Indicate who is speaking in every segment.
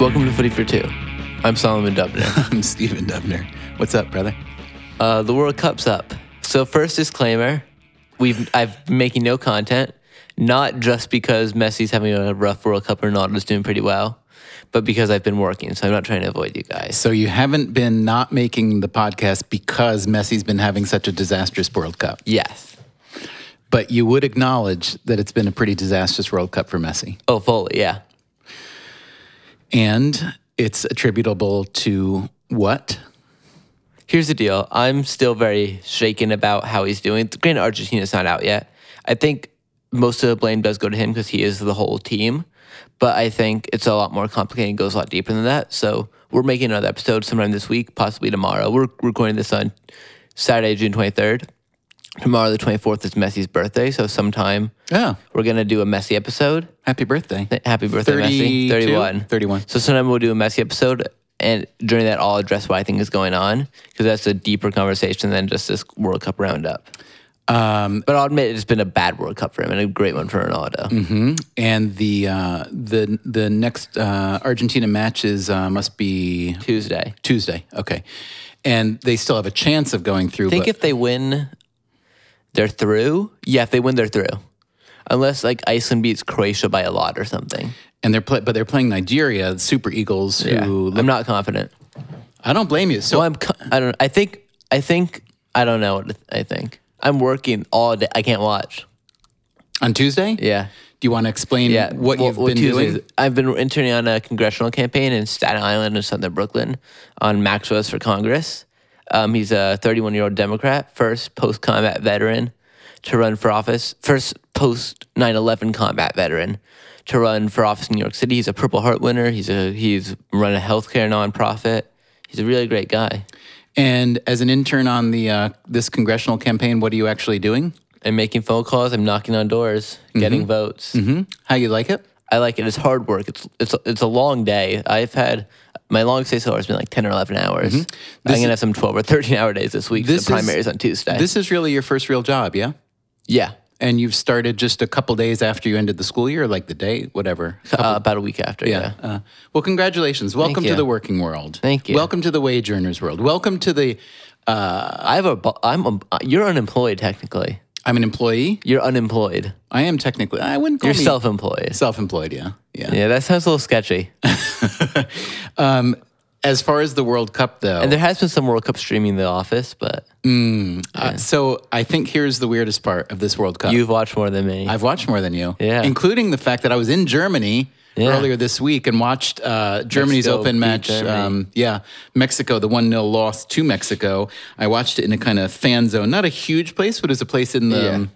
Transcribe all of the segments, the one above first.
Speaker 1: Welcome to Footy for Two. I'm Solomon Dubner.
Speaker 2: I'm Steven Dubner. What's up, brother?
Speaker 1: Uh, the World Cup's up. So first disclaimer: we've I've been making no content, not just because Messi's having a rough World Cup or Ronaldo's doing pretty well, but because I've been working. So I'm not trying to avoid you guys.
Speaker 2: So you haven't been not making the podcast because Messi's been having such a disastrous World Cup.
Speaker 1: Yes.
Speaker 2: But you would acknowledge that it's been a pretty disastrous World Cup for Messi.
Speaker 1: Oh, fully. Yeah.
Speaker 2: And it's attributable to what?
Speaker 1: Here's the deal. I'm still very shaken about how he's doing. Granted, Argentina's not out yet. I think most of the blame does go to him because he is the whole team. But I think it's a lot more complicated and goes a lot deeper than that. So we're making another episode sometime this week, possibly tomorrow. We're recording this on Saturday, June 23rd. Tomorrow, the 24th, is Messi's birthday. So sometime
Speaker 2: Oh,
Speaker 1: we're going to do a Messi episode.
Speaker 2: happy birthday.
Speaker 1: Happy birthday, Messi.
Speaker 2: 32?
Speaker 1: 31.
Speaker 2: 31.
Speaker 1: So sometime we'll do a Messi episode. And during that, I'll address what I think is going on because that's a deeper conversation than just this World Cup roundup. Um, but I'll admit it's been a bad World Cup for him and a great one for Ronaldo.
Speaker 2: Mm. And the uh, the the next uh, Argentina matches uh, must be
Speaker 1: Tuesday.
Speaker 2: Tuesday. Okay. And they still have a chance of going through.
Speaker 1: I think
Speaker 2: but
Speaker 1: if they win, they're through. Yeah, if they win, they're through. Unless like Iceland beats Croatia by a lot or something.
Speaker 2: and they're play, but they're playing Nigeria, the Super Eagles. Who look-
Speaker 1: I'm not confident.
Speaker 2: I don't blame you. So
Speaker 1: Well, I'm. co- I don't. I think. I think. I don't know. what to th- I think. I'm working all day. I can't watch.
Speaker 2: on Tuesday,
Speaker 1: Yeah.
Speaker 2: Do you want to explain
Speaker 1: Yeah,
Speaker 2: what
Speaker 1: well-
Speaker 2: you've
Speaker 1: well,
Speaker 2: been
Speaker 1: Tuesdays-
Speaker 2: doing?
Speaker 1: I've been interning on a congressional campaign in Staten Island and Southern Brooklyn on Max Rose for Congress. Um, he's a 31 year old Democrat, first post combat veteran to run for office, first post 9 11 combat veteran to run for office in New York City. He's a Purple Heart winner. He's a he's run a healthcare nonprofit. He's a really great guy.
Speaker 2: And as an intern on the uh, this congressional campaign, what are you actually doing?
Speaker 1: I'm making phone calls. I'm knocking on doors, getting
Speaker 2: Mm-hmm.
Speaker 1: votes.
Speaker 2: How you like it?
Speaker 1: I like it. It's hard work. It's it's it's a long day. I've had my long stay so far has been like ten or eleven hours. I'm gonna have some twelve or thirteen hour days this week. 'cause
Speaker 2: Mm-hmm. This
Speaker 1: the
Speaker 2: is-
Speaker 1: primary is on Tuesday.
Speaker 2: This is really your first real job, yeah?
Speaker 1: yeah,
Speaker 2: And you've started just a couple days after you ended the school year, like the day, whatever.
Speaker 1: uh, about a week after. Yeah.
Speaker 2: Uh, well, congratulations. Welcome to
Speaker 1: you.
Speaker 2: the working world.
Speaker 1: Thank you.
Speaker 2: Welcome to the wage earners world. Welcome to the
Speaker 1: I have a. bu- I'm a, you're unemployed technically.
Speaker 2: I'm an employee.
Speaker 1: You're unemployed.
Speaker 2: I am technically. I wouldn't call
Speaker 1: You're
Speaker 2: me
Speaker 1: self-employed.
Speaker 2: self-employed. Yeah, yeah.
Speaker 1: Yeah, that sounds a little sketchy.
Speaker 2: As far as the World Cup, though,
Speaker 1: And there has been some World Cup streaming in The Office, but
Speaker 2: uh, so I think here's the weirdest part of this World Cup.
Speaker 1: you've watched more than me.
Speaker 2: I've watched more than you.
Speaker 1: Yeah.
Speaker 2: Including the fact that I was in Germany
Speaker 1: Yeah.
Speaker 2: earlier this week and watched uh, Germany's
Speaker 1: Mexico beat
Speaker 2: open match.
Speaker 1: Germany.
Speaker 2: Um, yeah. Mexico, the 1 0 loss to Mexico. I watched it in a kind of fan zone. Not a huge place, but it was a place in the.
Speaker 1: Yeah.
Speaker 2: um,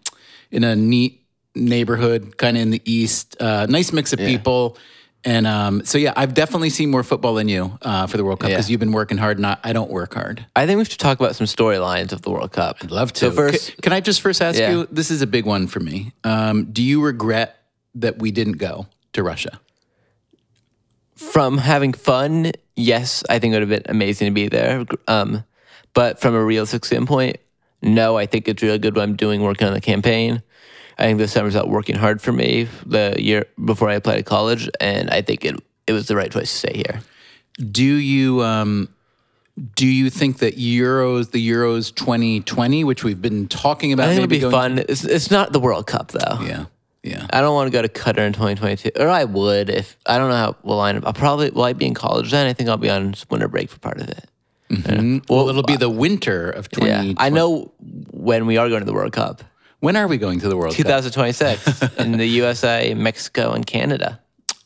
Speaker 2: in a neat neighborhood, kind of in the east. Uh, nice mix of people. And um, so, yeah, I've definitely seen more football than you uh, for the World Cup
Speaker 1: Yeah.
Speaker 2: because you've been working hard and I, I don't work hard.
Speaker 1: I think we should talk about some storylines of the World Cup. I'd
Speaker 2: Love to.
Speaker 1: So first,
Speaker 2: C- can I just first ask
Speaker 1: Yeah.
Speaker 2: you? This is a big one for me. Um, do you regret that we didn't go to Russia?
Speaker 1: from having fun, yes, I think it would have been amazing to be there. Um, but from a realistic standpoint, no, I think it's really good what I'm doing working on the campaign. I think this summer's out working hard for me the year before I applied to college, and I think it it was the right choice to stay here.
Speaker 2: Do you um, do you think that Euros, the Euros 2020, which we've been talking about,
Speaker 1: I think it'll be
Speaker 2: going-
Speaker 1: fun. It's, it's not the World Cup though.
Speaker 2: Yeah, yeah.
Speaker 1: I don't want to go to Qatar in 2022, or I would if I don't know how we'll line up. I'll probably will I be in college then? I think I'll be on winter break for part of it.
Speaker 2: Well, it'll be the winter of 2020.
Speaker 1: Yeah, I know when we are going to the World Cup.
Speaker 2: When are we going to the World Cup?
Speaker 1: 2026 in the USA, Mexico, and Canada.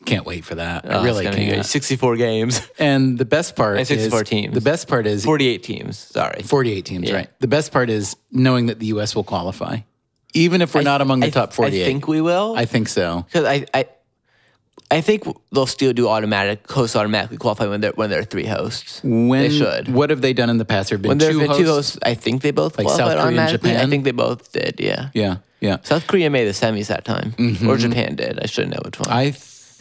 Speaker 2: Can't wait for that.
Speaker 1: Oh,
Speaker 2: I
Speaker 1: it's
Speaker 2: really
Speaker 1: gonna be great.
Speaker 2: can't.
Speaker 1: 64 games,
Speaker 2: And the best part
Speaker 1: And 64
Speaker 2: is
Speaker 1: teams.
Speaker 2: the best part is
Speaker 1: 48 teams. Sorry.
Speaker 2: 48 teams, right? The best part is knowing that the U.S. will qualify, even if we're not among the
Speaker 1: I-
Speaker 2: top 48.
Speaker 1: I think we will.
Speaker 2: I think so.
Speaker 1: Because I, I, I think they'll still do automatic hosts automatically qualify when they're when there are three hosts.
Speaker 2: When
Speaker 1: they should.
Speaker 2: What have they done in the past? There have been
Speaker 1: When there
Speaker 2: two
Speaker 1: have been
Speaker 2: hosts.
Speaker 1: two hosts, I think they both
Speaker 2: Like South
Speaker 1: qualified
Speaker 2: Korea and
Speaker 1: automatically. I
Speaker 2: Japan?
Speaker 1: think they both did. Yeah.
Speaker 2: Yeah, yeah.
Speaker 1: South Korea made the semis that time, or Japan did. I should know which one. I,
Speaker 2: I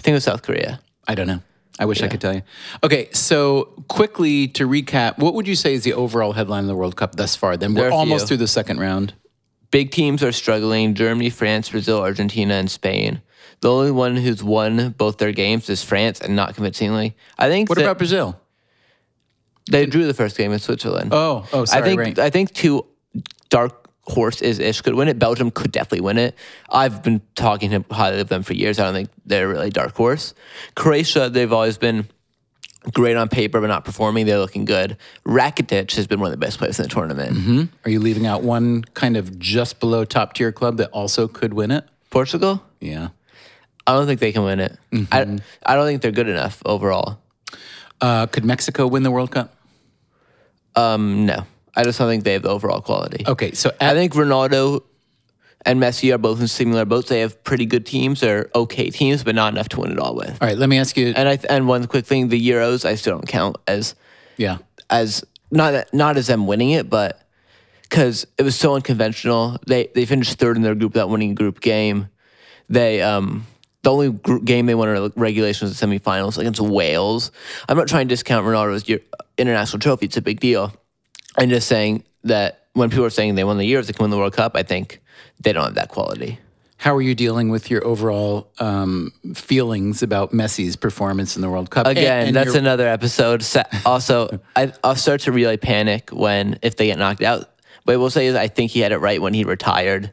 Speaker 1: think it was South Korea.
Speaker 2: I don't know. I wish I could tell you. Okay, so quickly to recap, what would you say is the overall headline of the World Cup thus far? Then
Speaker 1: There are
Speaker 2: we're
Speaker 1: a few.
Speaker 2: almost through the second round.
Speaker 1: Big teams are struggling Germany, France, Brazil, Argentina, and Spain. The only one who's won both their games is France and not convincingly. I think
Speaker 2: What
Speaker 1: that
Speaker 2: about Brazil?
Speaker 1: they drew the first game in Switzerland.
Speaker 2: Oh, oh, sorry.
Speaker 1: I think
Speaker 2: right.
Speaker 1: I think two dark horse is ish could win it. Belgium could definitely win it. I've been talking highly of them for years. I don't think they're really dark horse. Croatia, they've always been great on paper but not performing. They're looking good. Rakitic has been one of the best players in the tournament.
Speaker 2: Are you leaving out one kind of just below top tier club that also could win it?
Speaker 1: Portugal,
Speaker 2: Yeah.
Speaker 1: I don't think they can win it. I I don't think they're good enough overall.
Speaker 2: Uh, could Mexico win the World Cup?
Speaker 1: Um, no, I just don't think they have the overall quality.
Speaker 2: Okay, so
Speaker 1: I
Speaker 2: at,
Speaker 1: think Ronaldo and Messi are both in similar boats. They have pretty good teams, they're okay teams, but not enough to win it all with.
Speaker 2: all right, let me ask you.
Speaker 1: And I th- and one quick thing, the Euros I still don't count as
Speaker 2: yeah,
Speaker 1: as not that- not as them winning it, but because it was so unconventional. They they finished third in their group that winning group game. They um the only group game they won in regulation was the semifinals against Wales. I'm not trying to discount Ronaldo's year, international trophy; it's a big deal. I'm just saying that when people are saying they won the Euros, they can win the World Cup. I think they don't have that quality.
Speaker 2: how are you dealing with your overall um, feelings about Messi's performance in the World Cup? And-
Speaker 1: Again,
Speaker 2: and
Speaker 1: that's
Speaker 2: your-
Speaker 1: another episode. Sa- Also, I, I'll start to really panic when if they get knocked out. But I will say is I think he had it right when he retired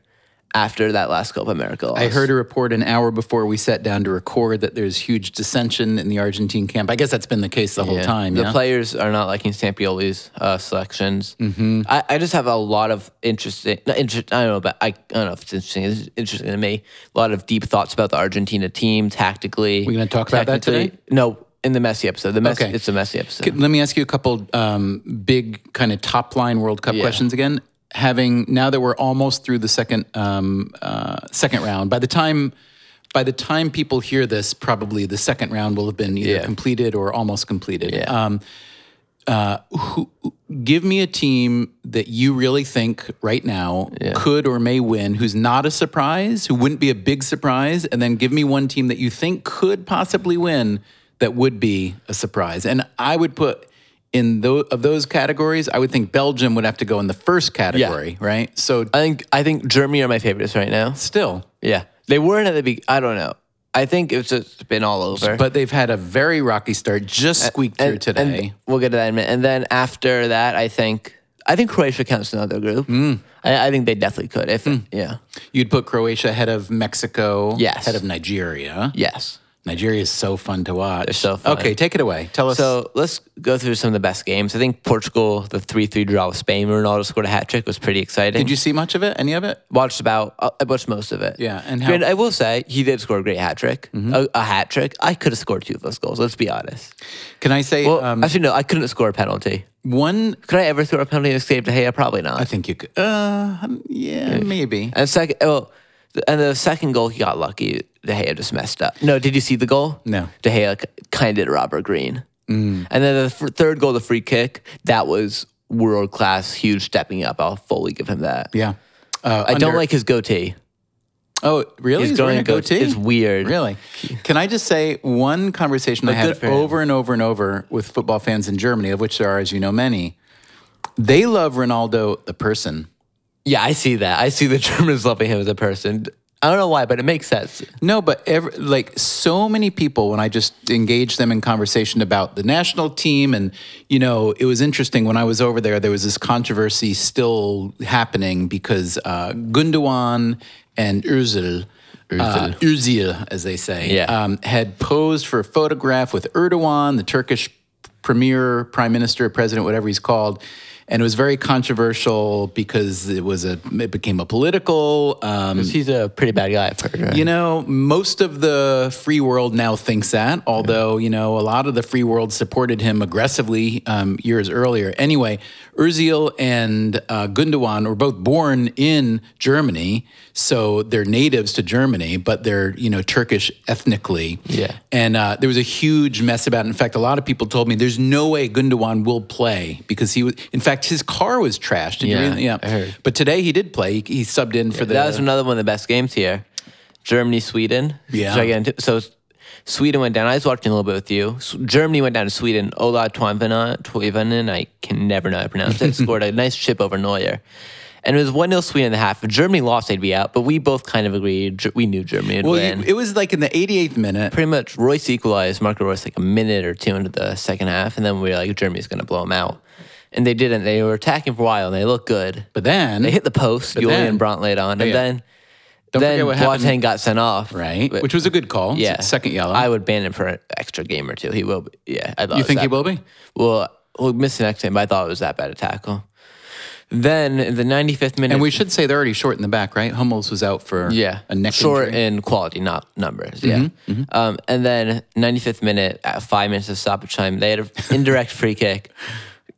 Speaker 1: after that last Copa America loss.
Speaker 2: I heard a report an hour before we sat down to record that there's huge dissension in the Argentine camp. I guess that's been the case the whole
Speaker 1: Yeah.
Speaker 2: time.
Speaker 1: The
Speaker 2: yeah?
Speaker 1: players are not liking Sampioli's uh, selections. Mm-hmm. I, I just have a lot of interesting. Not inter- I don't know, but I, I don't know if it's interesting. It's interesting to me. A lot of deep thoughts about the Argentina team tactically.
Speaker 2: We're gonna talk about that
Speaker 1: technically.
Speaker 2: today?
Speaker 1: No, in the messy episode. The messy.
Speaker 2: Okay.
Speaker 1: It's a messy episode.
Speaker 2: Let me ask you a couple um, big kind of top line World Cup questions again. Having now that we're almost through the second um, uh, second round, by the time by the time people hear this, probably the second round will have been either
Speaker 1: Yeah.
Speaker 2: completed or almost completed.
Speaker 1: Yeah.
Speaker 2: Um, uh, who, give me a team that you really think right now could or may win, who's not a surprise, who wouldn't be a big surprise, and then give me one team that you think could possibly win that would be a surprise. And I would put in those of those categories, I would think Belgium would have to go in the first category, right? So
Speaker 1: I think I think Germany are my favorites right now.
Speaker 2: still,
Speaker 1: Yeah, they weren't at the be. I don't know. I think it's just been all over.
Speaker 2: but they've had a very rocky start, just squeaked through
Speaker 1: and, and
Speaker 2: today.
Speaker 1: we'll get to that in a minute. And then after that, I think I think Croatia counts another group.
Speaker 2: Mm.
Speaker 1: I, I think they definitely could. If yeah,
Speaker 2: You'd put Croatia ahead of Mexico,
Speaker 1: Yes.
Speaker 2: ahead of Nigeria.
Speaker 1: yes.
Speaker 2: Nigeria is so fun to watch. They're
Speaker 1: so fun.
Speaker 2: Okay, take it away. Tell us.
Speaker 1: So let's go through some of the best games. I think Portugal, the three-three draw with Spain, where Ronaldo scored a hat trick, was pretty exciting.
Speaker 2: did you see much of it? Any of it?
Speaker 1: watched about uh, I watched most of it.
Speaker 2: Yeah, and how- Mm-hmm.
Speaker 1: Granted, I will say he did score a great hat trick. A, a hat trick. I could have scored two of those goals. Let's be honest.
Speaker 2: Can I say
Speaker 1: Well,
Speaker 2: um,
Speaker 1: actually, no, I couldn't score a penalty.
Speaker 2: one?
Speaker 1: Could I ever throw a penalty and escape De Gea? Probably not.
Speaker 2: I think you could. Uh, um, yeah, maybe.
Speaker 1: and second, well, th- and the second goal, he got lucky. De Gea just messed up. No, did you see the goal?
Speaker 2: No. Mm.
Speaker 1: De Gea kind of Robert Green. And then the f- third goal, the free kick, that was world class, huge stepping up. I'll fully give him that.
Speaker 2: Yeah. Uh,
Speaker 1: I don't like his goatee.
Speaker 2: Oh, really?
Speaker 1: He's,
Speaker 2: He's
Speaker 1: going
Speaker 2: wearing a goatee.
Speaker 1: It's weird.
Speaker 2: Really? Can I just say one conversation I
Speaker 1: good
Speaker 2: had
Speaker 1: for him.
Speaker 2: over and over and over with football fans in Germany, of which there are, as you know, many. They love Ronaldo the person.
Speaker 1: Yeah, I see that. I see the Germans loving him as a person. I don't know why, but it makes sense.
Speaker 2: No, but every, like so many people, when I just engage them in conversation about the national team, and you know, it was interesting when I was over there. There was this controversy still happening because uh, Gundogan and Özil, uh, Özil, as they say,
Speaker 1: Yeah.
Speaker 2: um, had posed for a photograph with Erdogan, the Turkish premier, prime minister, president, whatever he's called. And it was very controversial because it was a it became a political um,
Speaker 1: He's a pretty bad guy, I've heard. Right?
Speaker 2: you know, most of the free world now thinks that, although, you know, a lot of the free world supported him aggressively um, years earlier. Anyway, Urzil and uh, Gundawan were both born in Germany, so they're natives to Germany, but they're, you know, Turkish ethnically.
Speaker 1: Yeah.
Speaker 2: And uh, there was a huge mess about it. In fact, a lot of people told me there's no way Gundawan will play because he was, in fact, his car was trashed. Did you
Speaker 1: Yeah,
Speaker 2: read that? yeah.
Speaker 1: I heard.
Speaker 2: But today he did play. He, he subbed in for the.
Speaker 1: That was another one of the best games here. Germany, Sweden.
Speaker 2: Yeah.
Speaker 1: Should I get into- so Sweden went down. I was watching a little bit with you. S- Germany went down to Sweden. Ola Toivonen, Toivonen, I can never know how to pronounce it, scored a nice chip over Neuer. And it was 1 0 Sweden in the half. If Germany lost, they'd be out, but we both kind of agreed. Ge- We knew Germany would
Speaker 2: Well,
Speaker 1: win.
Speaker 2: you- it was like in the 88th minute.
Speaker 1: Pretty much, Royce equalized, Marco Royce, like a minute or two into the second half. And then we were like, Germany's going to blow them out. And they didn't. They were attacking for a while and they looked good.
Speaker 2: But then,
Speaker 1: They hit the post. Julian
Speaker 2: then- Oh,
Speaker 1: Brandt laid on. And
Speaker 2: yeah.
Speaker 1: then,
Speaker 2: Don't
Speaker 1: then
Speaker 2: forget what
Speaker 1: Boateng
Speaker 2: happened.
Speaker 1: got sent off.
Speaker 2: right?
Speaker 1: But-
Speaker 2: Which was a good call. It's
Speaker 1: yeah.
Speaker 2: a Second yellow.
Speaker 1: I would ban him for an extra game or two. He will be. Yeah. I thought
Speaker 2: you think he will be?
Speaker 1: Well, we'll miss the next game, but I thought it was that bad a tackle. Then in the 95th minute.
Speaker 2: And we should say they're already short in the back, right? Hummels was out for
Speaker 1: yeah,
Speaker 2: a neck
Speaker 1: short
Speaker 2: injury. Mm-hmm,
Speaker 1: in quality, not numbers. Yeah, Um, and then 95th minute at five minutes of stoppage time, they had an indirect free kick.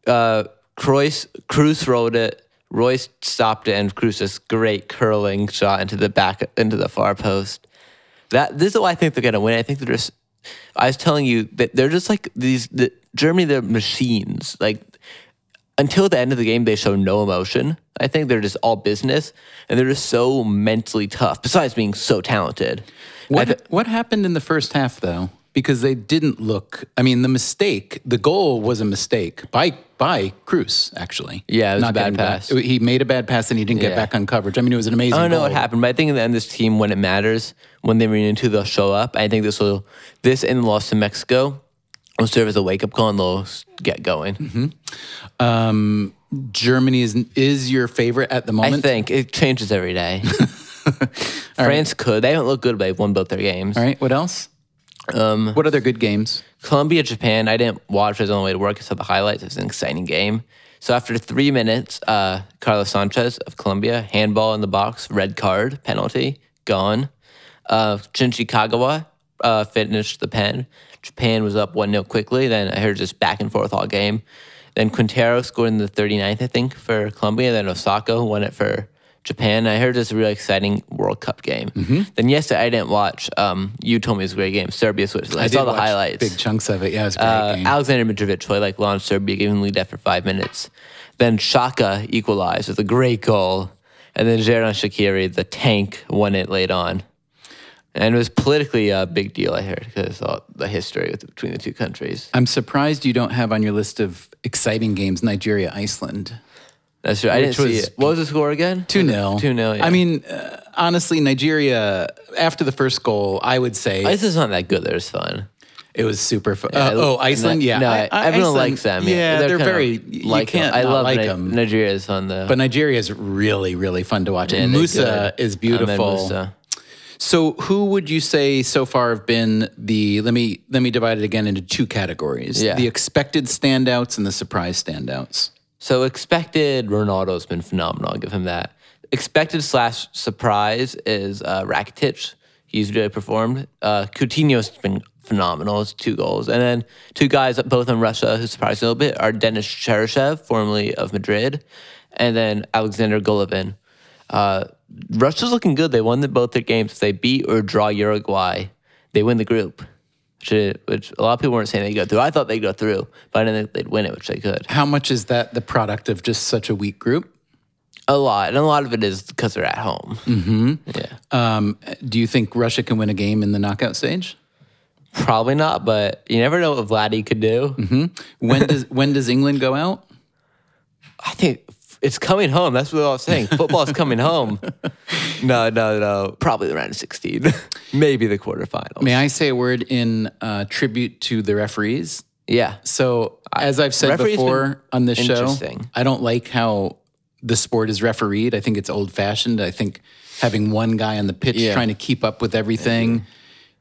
Speaker 1: Uh, Cruyff, Cruz rolled it. Royce stopped it, and Cruz this great curling shot into the back into the far post. That this is why I think they're gonna win. I think they're just. I was telling you that they're just like these. The, Germany, they're machines. Like until the end of the game, they show no emotion. I think they're just all business, and they're just so mentally tough. Besides being so talented,
Speaker 2: What, what happened in the first half, though? Because they didn't look. I mean, the mistake, the goal was a mistake by by Cruz, actually.
Speaker 1: Yeah, it was a bad
Speaker 2: getting back-
Speaker 1: pass.
Speaker 2: He made a bad pass and he didn't
Speaker 1: Yeah.
Speaker 2: get back on coverage. I mean, it was an amazing.
Speaker 1: I don't know what
Speaker 2: goal.
Speaker 1: happened, but I think in the end, this team, when it matters, when they run into, they'll show up. I think this will, this and the loss to Mexico, will serve as a wake up call, and they'll s- get going.
Speaker 2: Germany is is your favorite at the
Speaker 1: I
Speaker 2: moment.
Speaker 1: think it changes every day. France could. They haven't looked good, but they've won both their games.
Speaker 2: All right. What else? Um, what other good games?
Speaker 1: Colombia, Japan. I didn't watch it on the way to work. I saw the highlights. It was an exciting game. So after three minutes, uh, Carlos Sanchez of Colombia handball in the box, red card, penalty, gone. Uh, Jinchi Kagawa uh, finished the pen. Japan was up one 0 quickly. Then I heard just back and forth all game. Then Quintero scored in the 39th, I think, for Colombia. Then Osaka won it for Japan. I heard it's a really exciting World Cup game.
Speaker 2: Mm-hmm.
Speaker 1: Then yesterday I didn't watch. Um, you told me it was a great game. Serbia Switzerland. I, saw
Speaker 2: did
Speaker 1: the
Speaker 2: watch
Speaker 1: highlights.
Speaker 2: Big chunks of it. Yeah, it was a great
Speaker 1: Uh,
Speaker 2: game.
Speaker 1: Alexander Mitrovic played like launched Serbia, giving the lead after five minutes. Then Shaka equalized with a great goal. And then Zeran Shakiri, the tank, won it late on. And it was politically a big deal, I heard, because the history with, between the two countries.
Speaker 2: I'm surprised you don't have on your list of exciting games Nigeria, Iceland.
Speaker 1: That's true. I didn't
Speaker 2: Which
Speaker 1: see
Speaker 2: was-
Speaker 1: it. What was the score again?
Speaker 2: 2 0.
Speaker 1: 2-0, yeah.
Speaker 2: I mean, uh, honestly, Nigeria, after the first goal, I would say
Speaker 1: This is not that good. There's fun.
Speaker 2: it was super fun. uh, oh, Iceland? Yeah.
Speaker 1: No,
Speaker 2: I- I-
Speaker 1: everyone
Speaker 2: Iceland,
Speaker 1: likes them.
Speaker 2: Yeah, they're,
Speaker 1: kinda
Speaker 2: very,
Speaker 1: like
Speaker 2: you
Speaker 1: 'em.
Speaker 2: can't
Speaker 1: I love
Speaker 2: like
Speaker 1: Ni-
Speaker 2: them.
Speaker 1: Nigeria is fun, though.
Speaker 2: But Nigeria is really, really fun to watch.
Speaker 1: And
Speaker 2: and
Speaker 1: they're
Speaker 2: Musa
Speaker 1: good.
Speaker 2: is
Speaker 1: Ahmed
Speaker 2: beautiful.
Speaker 1: Musa.
Speaker 2: So, who would you say so far have been the? Let me let me divide it again into two categories:
Speaker 1: Yeah.
Speaker 2: the expected standouts and the surprise standouts.
Speaker 1: So expected Ronaldo's been phenomenal. I'll give him that. Expected slash surprise is uh, Rakitic. He's really performed. Uh, Coutinho's been phenomenal. It's two goals, and then two guys both in Russia who surprised a little bit are Denis Cheryshev, formerly of Madrid, and then Alexander Golovin. Uh, Russia's looking good. They won the, both their games. If they beat or draw Uruguay, they win the group. Which, which a lot of people weren't saying they go through. I thought they'd go through, but I didn't think they'd win it, which they could.
Speaker 2: How much is that the product of just such a weak group?
Speaker 1: A lot, and a lot of it is because they're at home.
Speaker 2: Um, Do you think Russia can win a game in the knockout stage?
Speaker 1: Probably not, but you never know what Vladdy could do.
Speaker 2: When does when does England go out?
Speaker 1: I think f- it's coming home. That's what I was saying. Football's coming home. No, no, no. Probably the round of sixteen, maybe the quarterfinals.
Speaker 2: May I say a word in uh, tribute to the referees?
Speaker 1: Yeah,
Speaker 2: So, as I've said
Speaker 1: referee's been
Speaker 2: before on this show,
Speaker 1: interesting.
Speaker 2: I don't like how the sport is refereed. I think it's old fashioned. I think having one guy on the pitch
Speaker 1: Yeah.
Speaker 2: trying to keep up with everything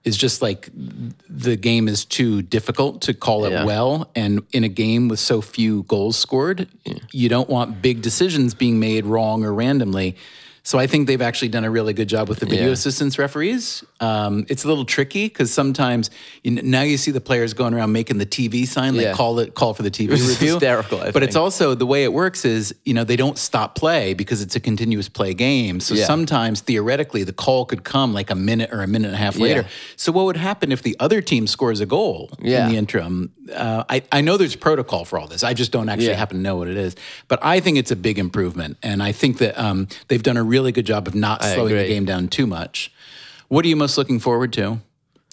Speaker 2: is just like the game is too difficult to call it
Speaker 1: Yeah.
Speaker 2: well. And in a game with so few goals scored, you don't want big decisions being made wrong or randomly. So I think they've actually done a really good job with the video
Speaker 1: Yeah.
Speaker 2: assistance referees. Um, it's a little tricky because sometimes you kn- now you see the players going around making the TV sign, like
Speaker 1: Yeah.
Speaker 2: call it call for the TV review.
Speaker 1: hysterical, I
Speaker 2: but it's also the way it works is you know they don't stop play because it's a continuous play game. So
Speaker 1: Yeah.
Speaker 2: sometimes theoretically the call could come like a minute or a minute and a half later.
Speaker 1: Yeah.
Speaker 2: So what would happen if the other team scores a goal
Speaker 1: Yeah.
Speaker 2: in the interim? Uh, I I know there's protocol for all this. I just don't actually
Speaker 1: Yeah.
Speaker 2: happen to know what it is. But I think it's a big improvement, and I think that um, they've done a really good job of not slowing the
Speaker 1: agree.
Speaker 2: game down too much. What are you most looking forward to,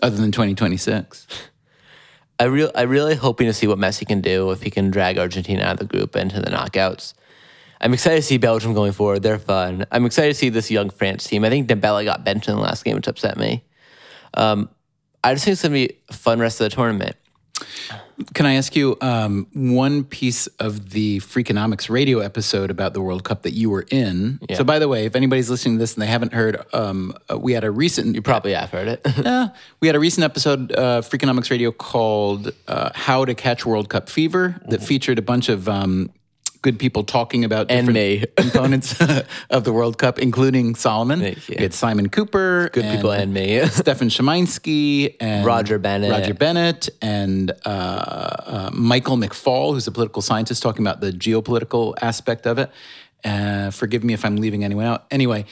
Speaker 2: other than 2026?
Speaker 1: I real I really hoping to see what Messi can do if he can drag Argentina out of the group into the knockouts. I'm excited to see Belgium going forward. They're fun. I'm excited to see this young France team. I think Dembele got benched in the last game, which upset me. Um, I just think it's gonna be a fun rest of the tournament.
Speaker 2: Can I ask you um, one piece of the Freakonomics radio episode about the World Cup that you were in? So, by the way, if anybody's listening to this and they haven't heard, um, uh, we had a recent
Speaker 1: You probably have heard it.
Speaker 2: Yeah, we had a recent episode, uh, Freakonomics Radio, called uh, "How to Catch World Cup Fever," that featured a bunch of um, good people talking about
Speaker 1: Mm-hmm. and
Speaker 2: different
Speaker 1: me.
Speaker 2: components of the World Cup, including Solomon.
Speaker 1: Thank you.
Speaker 2: We had Simon Cooper, good
Speaker 1: people and me.
Speaker 2: Stefan Szymański, and
Speaker 1: Roger Bennett.
Speaker 2: Roger Bennett, and uh, uh, Michael McFall, who's a political scientist, talking about the geopolitical aspect of it. Uh, forgive me if I'm leaving anyone out. Anyway.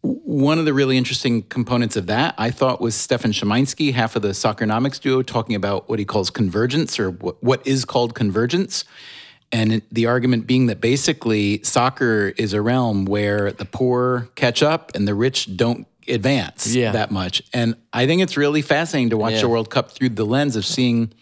Speaker 2: One of the really interesting components of that, I thought, was Stefan Szymański, half of the Soccernomics duo, talking about what he calls convergence or what, what is called convergence. And it- the argument being that basically soccer is a realm where the poor catch up and the rich don't advance
Speaker 1: Yeah.
Speaker 2: that much. And I think it's really fascinating to watch
Speaker 1: Yeah.
Speaker 2: the World Cup through the lens of seeing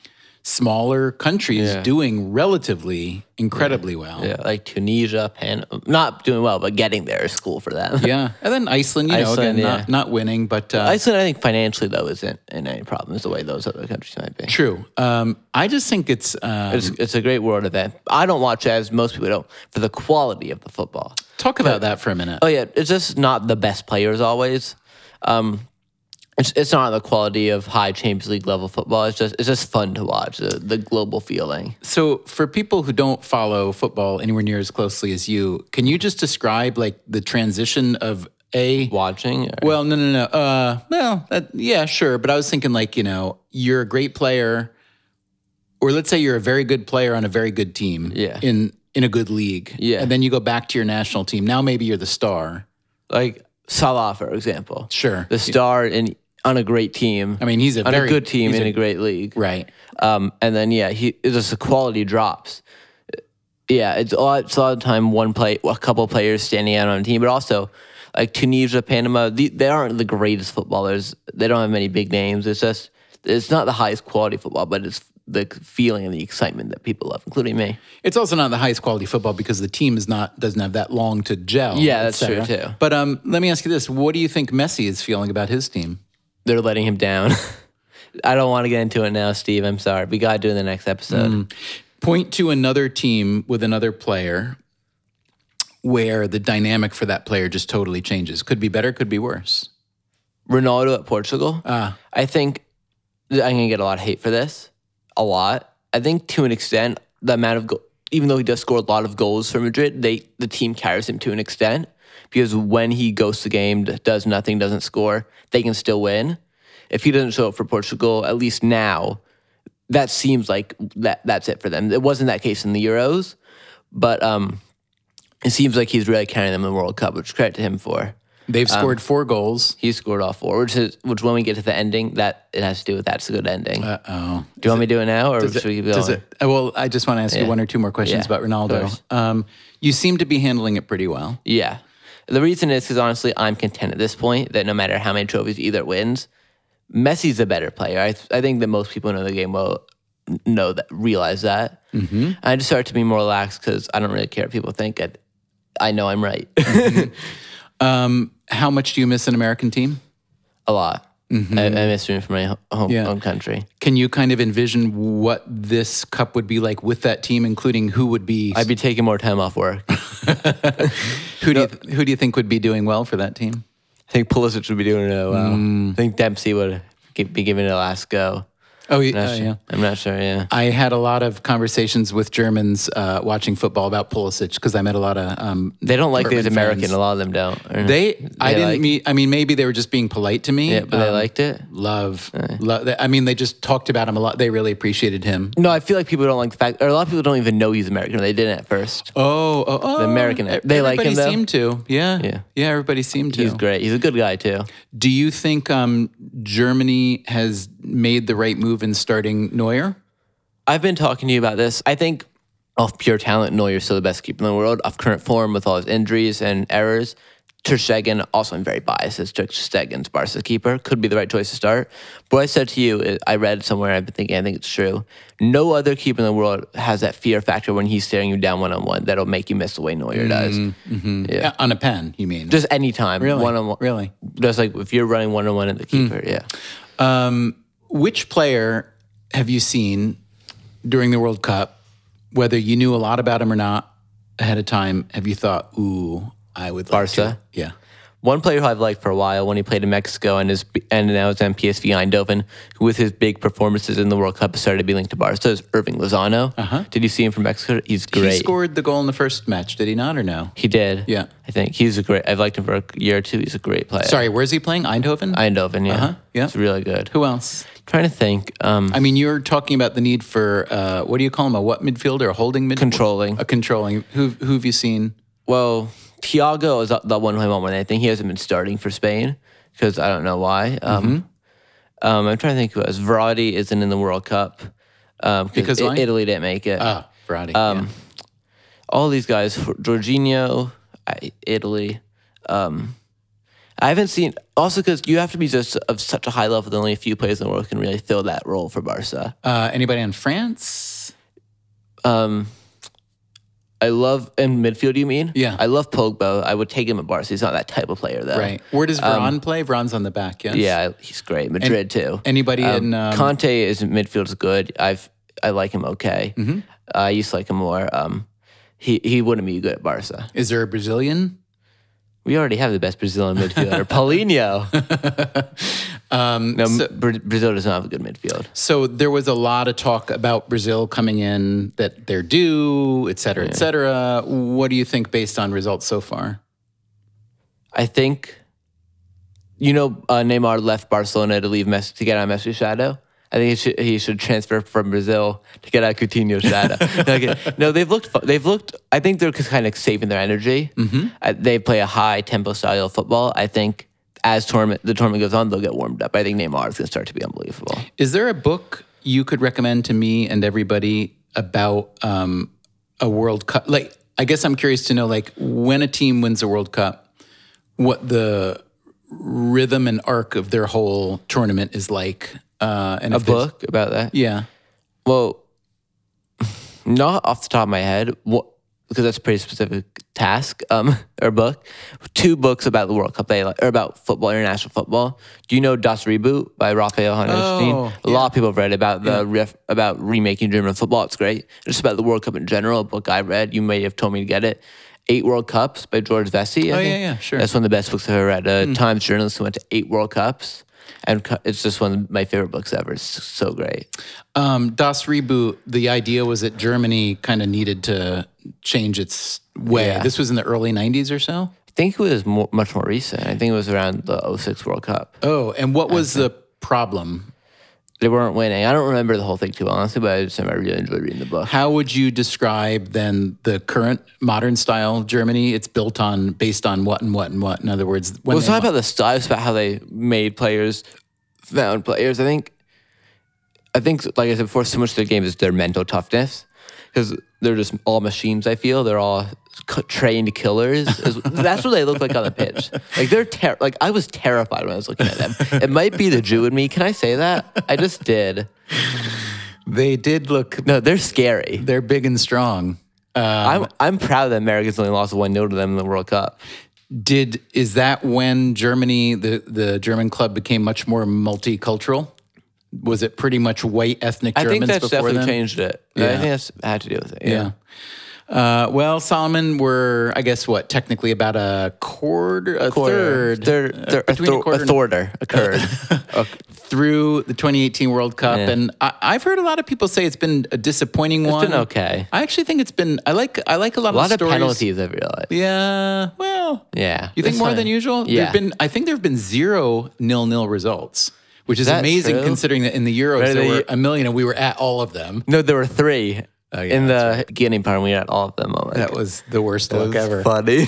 Speaker 2: smaller countries
Speaker 1: Yeah.
Speaker 2: doing relatively incredibly well.
Speaker 1: yeah, like Tunisia, Pan, not doing well, but getting there is cool for them.
Speaker 2: Yeah. And then Iceland, you know,
Speaker 1: Iceland,
Speaker 2: again,
Speaker 1: yeah.
Speaker 2: not, not winning, but uh,
Speaker 1: Iceland, I think financially though, isn't in any problems the way those other countries might be.
Speaker 2: True. Um, I just think it's. Uh,
Speaker 1: It's, it's a great world event. I don't watch it as most people don't for the quality of the football.
Speaker 2: talk about that for a minute. Uh,
Speaker 1: Oh yeah, it's just not the best players always. Um, it's, it's not the quality of high Champions League level football. It's just it's just fun to watch the, the global feeling.
Speaker 2: So, for people who don't follow football anywhere near as closely as you, can you just describe like the transition of a?
Speaker 1: Watching, or-
Speaker 2: Well, no, no, no. Uh, well, that, yeah, sure. But I was thinking like you know you're a great player, or let's say you're a very good player on a very good team.
Speaker 1: Yeah.
Speaker 2: In in a good league.
Speaker 1: Yeah.
Speaker 2: And then you go back to your national team. Now maybe you're the star.
Speaker 1: like Salah for example,
Speaker 2: Sure.
Speaker 1: the star in on a great team.
Speaker 2: I mean, he's a
Speaker 1: on
Speaker 2: very
Speaker 1: a good team
Speaker 2: he's
Speaker 1: in
Speaker 2: a-
Speaker 1: a great league.
Speaker 2: right.
Speaker 1: Um, and then yeah, he it's just the quality drops. Yeah, it's a lot. It's a lot of time one play, a couple players standing out on a team, but also like Tunisia, Panama. The, they aren't the greatest footballers. They don't have many big names. It's just it's not the highest quality football, but it's the feeling and the excitement that people love, including me.
Speaker 2: It's also not the highest quality football because the team is not doesn't have that long to gel.
Speaker 1: Yeah,
Speaker 2: et
Speaker 1: that's true,
Speaker 2: cetera.
Speaker 1: too.
Speaker 2: But um, let me ask you this: What do you think Messi is feeling about his team?
Speaker 1: They're letting him down. I don't want to get into it now, Steve. I'm sorry. We got to do it in the next episode.
Speaker 2: Point to another team with another player where the dynamic for that player just totally changes. Could be better, could be worse.
Speaker 1: Ronaldo at Portugal.
Speaker 2: Ah.
Speaker 1: I think that I'm gonna get a lot of hate for this, a lot. I think to an extent, the amount of go- even though he does score a lot of goals for Madrid, they the team carries him to an extent because when he goes to game, d- does nothing, doesn't score, they can still win. If he doesn't show up for Portugal, at least now, that seems like that that's it for them. It wasn't that case in the Euros, but um, it seems like he's really carrying them in the World Cup, which credit to him for
Speaker 2: They've
Speaker 1: Um,
Speaker 2: scored four goals.
Speaker 1: he scored all four, which is which when we get to the ending, that it has to do with that's a good ending.
Speaker 2: Uh oh.
Speaker 1: do you want me to do it now or should we keep
Speaker 2: Does
Speaker 1: going?
Speaker 2: it? uh, Well, I just want to ask you one or two more questions
Speaker 1: Yeah,
Speaker 2: about
Speaker 1: of course.
Speaker 2: Ronaldo. Um, you seem to be handling it pretty well.
Speaker 1: Yeah. The reason is because honestly, I'm content at this point that no matter how many trophies either wins, Messi's a better player. I, I think that most people know the game well know that realize that. Mm-hmm. I just start to be more relaxed because I don't really care what people think. I, I know I'm right
Speaker 2: How much do you miss an American team?
Speaker 1: a lot. I, I miss being from my ho- home, home country.
Speaker 2: Can you kind of envision what this cup would be like with that team, including who would be
Speaker 1: I'd be taking more time off work. I
Speaker 2: who do you, who do you think would be doing well for that team?
Speaker 1: think Pulisic would be doing it uh, well.
Speaker 2: Mm.
Speaker 1: I think Dempsey would gi- be giving it a last go.
Speaker 2: Oh, yeah,
Speaker 1: Not sure.
Speaker 2: yeah.
Speaker 1: I'm not sure. Yeah.
Speaker 2: I had a lot of conversations with Germans uh, watching football about Pulisic because I met a lot of. Um,
Speaker 1: They don't like these
Speaker 2: Dortmund
Speaker 1: American.
Speaker 2: fans.
Speaker 1: A lot of them don't. Or-
Speaker 2: They, I didn't
Speaker 1: like-
Speaker 2: meet. I mean, maybe they were just being polite to me.
Speaker 1: yeah, but they
Speaker 2: Um,
Speaker 1: liked it.
Speaker 2: love. lo- I mean, they just talked about him a lot. They really appreciated him.
Speaker 1: No, I feel like people don't like the fact, or a lot of people don't even know he's American. or They didn't at first.
Speaker 2: Oh, oh, oh!
Speaker 1: American- they like him,
Speaker 2: everybody
Speaker 1: though?
Speaker 2: Seemed to, yeah,
Speaker 1: Yeah.
Speaker 2: yeah, yeah. Everybody seemed to.
Speaker 1: He's great. He's a good guy too.
Speaker 2: Do you think um, Germany has made the right move in starting Neuer?
Speaker 1: I've been talking to you about this. I think off pure talent, Neuer's still the best keeper in the world. Off current form with all his injuries and errors, Ter Stegen, also I'm very biased as Ter Stegen's Barca keeper, could be the right choice to start. But what I said to you, is- I read somewhere, I've been thinking, I think it's true. No other keeper in the world has that fear factor when he's staring you down one on one that'll make you miss the way Neuer does.
Speaker 2: Yeah, Uh, on a pen, you mean?
Speaker 1: Just any time,
Speaker 2: Mm. Really?
Speaker 1: one on one.
Speaker 2: Really? Hmm.
Speaker 1: Just like if you're running one on one at the keeper, yeah.
Speaker 2: Which player have you seen during the World Cup, whether you knew a lot about him or not ahead of time? Have you thought, ooh, I would like
Speaker 1: Barca?
Speaker 2: to- Yeah.
Speaker 1: One player who I've liked for a while when he played in Mexico and is and now is on PSV Eindhoven, who with his big performances in the World Cup started to be linked to Barca is Irving Lozano. Did you see him from Mexico? He's great.
Speaker 2: Uh-huh. He scored the goal in the first match, did he not, or no?
Speaker 1: He did.
Speaker 2: Yeah.
Speaker 1: I think he's a great. I've liked him for a year or two. He's a great player.
Speaker 2: Sorry, where's he playing? Eindhoven?
Speaker 1: Eindhoven. Yeah.
Speaker 2: yeah.
Speaker 1: He's really good.
Speaker 2: Who else?
Speaker 1: trying to think. Um,
Speaker 2: I mean, you're talking about the need for uh, what do you call him? A what midfielder? A holding midfielder?
Speaker 1: Controlling.
Speaker 2: A controlling. Who who have you seen?
Speaker 1: well, Thiago is the one who I'm on with. I think he hasn't been starting for Spain because I don't know why. Um,
Speaker 2: Mm-hmm.
Speaker 1: um, I'm trying to think who else. Verratti isn't in the World Cup um,
Speaker 2: Because
Speaker 1: I-
Speaker 2: why?
Speaker 1: Italy didn't make it.
Speaker 2: Ah, Verratti.
Speaker 1: Um,
Speaker 2: yeah.
Speaker 1: all these guys, Jorginho, I- Italy. Um, I haven't seen also because you have to be just of such a high level that only a few players in the world can really fill that role for Barca.
Speaker 2: Uh, anybody in France?
Speaker 1: Um, I love in midfield. You mean?
Speaker 2: Yeah.
Speaker 1: I love Pogba. I would take him at Barca. He's not that type of player though.
Speaker 2: Right. Where does Veron play? Veron's on the back. Yes.
Speaker 1: Uh, Yeah, he's great. Madrid too.
Speaker 2: Anybody in um,
Speaker 1: Conte is midfield's good. I've I like him okay.
Speaker 2: Mm-hmm.
Speaker 1: I used to like him more. Um, he he wouldn't be good at Barca.
Speaker 2: Is there a Brazilian?
Speaker 1: We already have the best Brazilian midfielder, Paulinho. um, no, Bra- Brazil does not have a good midfield.
Speaker 2: So there was a lot of talk about Brazil coming in that they're due, et cetera, et cetera. What do you think based on results so far?
Speaker 1: I think, you know, uh, Neymar left Barcelona to leave Messi to get out of Messi's shadow. I think he should, he should transfer from Brazil to get out of Coutinho's shadow. Like, no, they've looked. fu- They've looked. I think they're just kind of saving their energy. Uh, they play a high tempo style of football. I think as tournament the tournament goes on, they'll get warmed up. I think Neymar is going to start to be unbelievable.
Speaker 2: Is there a book you could recommend to me and everybody about um, a World Cup? Like, I guess I'm curious to know, like, when a team wins a World Cup, what the rhythm and arc of their whole tournament is like. Uh, and a
Speaker 1: Book about that.
Speaker 2: yeah.
Speaker 1: Well, not off the top of my head, what, because that's a pretty specific task um, or book. Two books about the World Cup, they, like- or about football, international football. Do you know Das Reboot by Raphael Honestein?
Speaker 2: Oh,
Speaker 1: a lot of people have read about the ref, about remaking German football. It's great. Just about the World Cup in general. A book I read. You may have told me to get it. Eight World Cups by George Vesey. I
Speaker 2: Oh, yeah,
Speaker 1: think.
Speaker 2: yeah, sure. Hmm.
Speaker 1: That's one of the best books I've ever read. A Times journalist who went to eight World Cups, and cu- it's just one of my favorite books ever. It's so great.
Speaker 2: Um, das Reboot, the idea was that Germany kind of needed to change its way. This was in the early 90s or so.
Speaker 1: think it was more, much more recent. I think it was around the 06 World Cup.
Speaker 2: Oh, and what was the problem?
Speaker 1: They weren't winning. I don't remember the whole thing too well, honestly, but I just remember I really enjoyed reading the book.
Speaker 2: How would you describe then the current modern style Germany? It's built on based on what and what and what. In other words, when
Speaker 1: Well, it's
Speaker 2: they-
Speaker 1: not about the style, it's about how they made players, found players. I think, I think, like I said before, so much of their game is their mental toughness because they're just all machines. I feel they're all c- trained killers. Is- That's what they look like on the pitch. Like they're ter- like I was terrified when I was looking at them. It might be the Jew in me. Can I say that? I just did.
Speaker 2: they did look Um,
Speaker 1: No, they're scary.
Speaker 2: they're big and strong.
Speaker 1: I'm I'm proud that Americans only lost one 0 to them in the World Cup.
Speaker 2: Did is that when Germany the the German club became much more multicultural? Was it pretty much white ethnic
Speaker 1: I
Speaker 2: Germans
Speaker 1: think that's
Speaker 2: before
Speaker 1: definitely
Speaker 2: then?
Speaker 1: changed it. I think that's had to do with it. Yeah.
Speaker 2: Yeah. Uh, well, Solomon were, I guess, what technically about a quarter, a third,
Speaker 1: They're, they're a,
Speaker 2: Uh, between a
Speaker 1: thor-
Speaker 2: quarter
Speaker 1: a
Speaker 2: and-
Speaker 1: thorder occurred.
Speaker 2: through the 2018 World Cup, and I, I've heard a lot of people say it's been a disappointing one.
Speaker 1: been okay.
Speaker 2: I actually think it's been. I like. I like a lot
Speaker 1: a
Speaker 2: of
Speaker 1: lot
Speaker 2: the
Speaker 1: of
Speaker 2: stories.
Speaker 1: penalties, I realized.
Speaker 2: Yeah. Well.
Speaker 1: Yeah.
Speaker 2: You think
Speaker 1: That's
Speaker 2: more
Speaker 1: fine.
Speaker 2: than usual?
Speaker 1: Yeah.
Speaker 2: There've been. I think there have been zero nil nil results, which is
Speaker 1: that
Speaker 2: amazing
Speaker 1: true?
Speaker 2: considering that in the Euros
Speaker 1: Right,
Speaker 2: there
Speaker 1: they-
Speaker 2: were a million and we were at all of them.
Speaker 1: no, there were three
Speaker 2: Oh, yeah,
Speaker 1: in the beginning part. and We had all of them. Oh my
Speaker 2: That was the worst
Speaker 1: God.
Speaker 2: look ever.
Speaker 1: funny.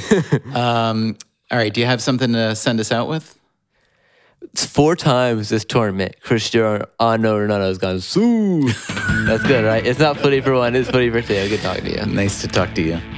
Speaker 2: All right. Do you have something to send us out with?
Speaker 1: it's four times this tournament. Cristiano Ronaldo has gone. Sue. That's good, right? It's not funny for one. It's funny for two. Good talking to you.
Speaker 2: Nice to talk to you.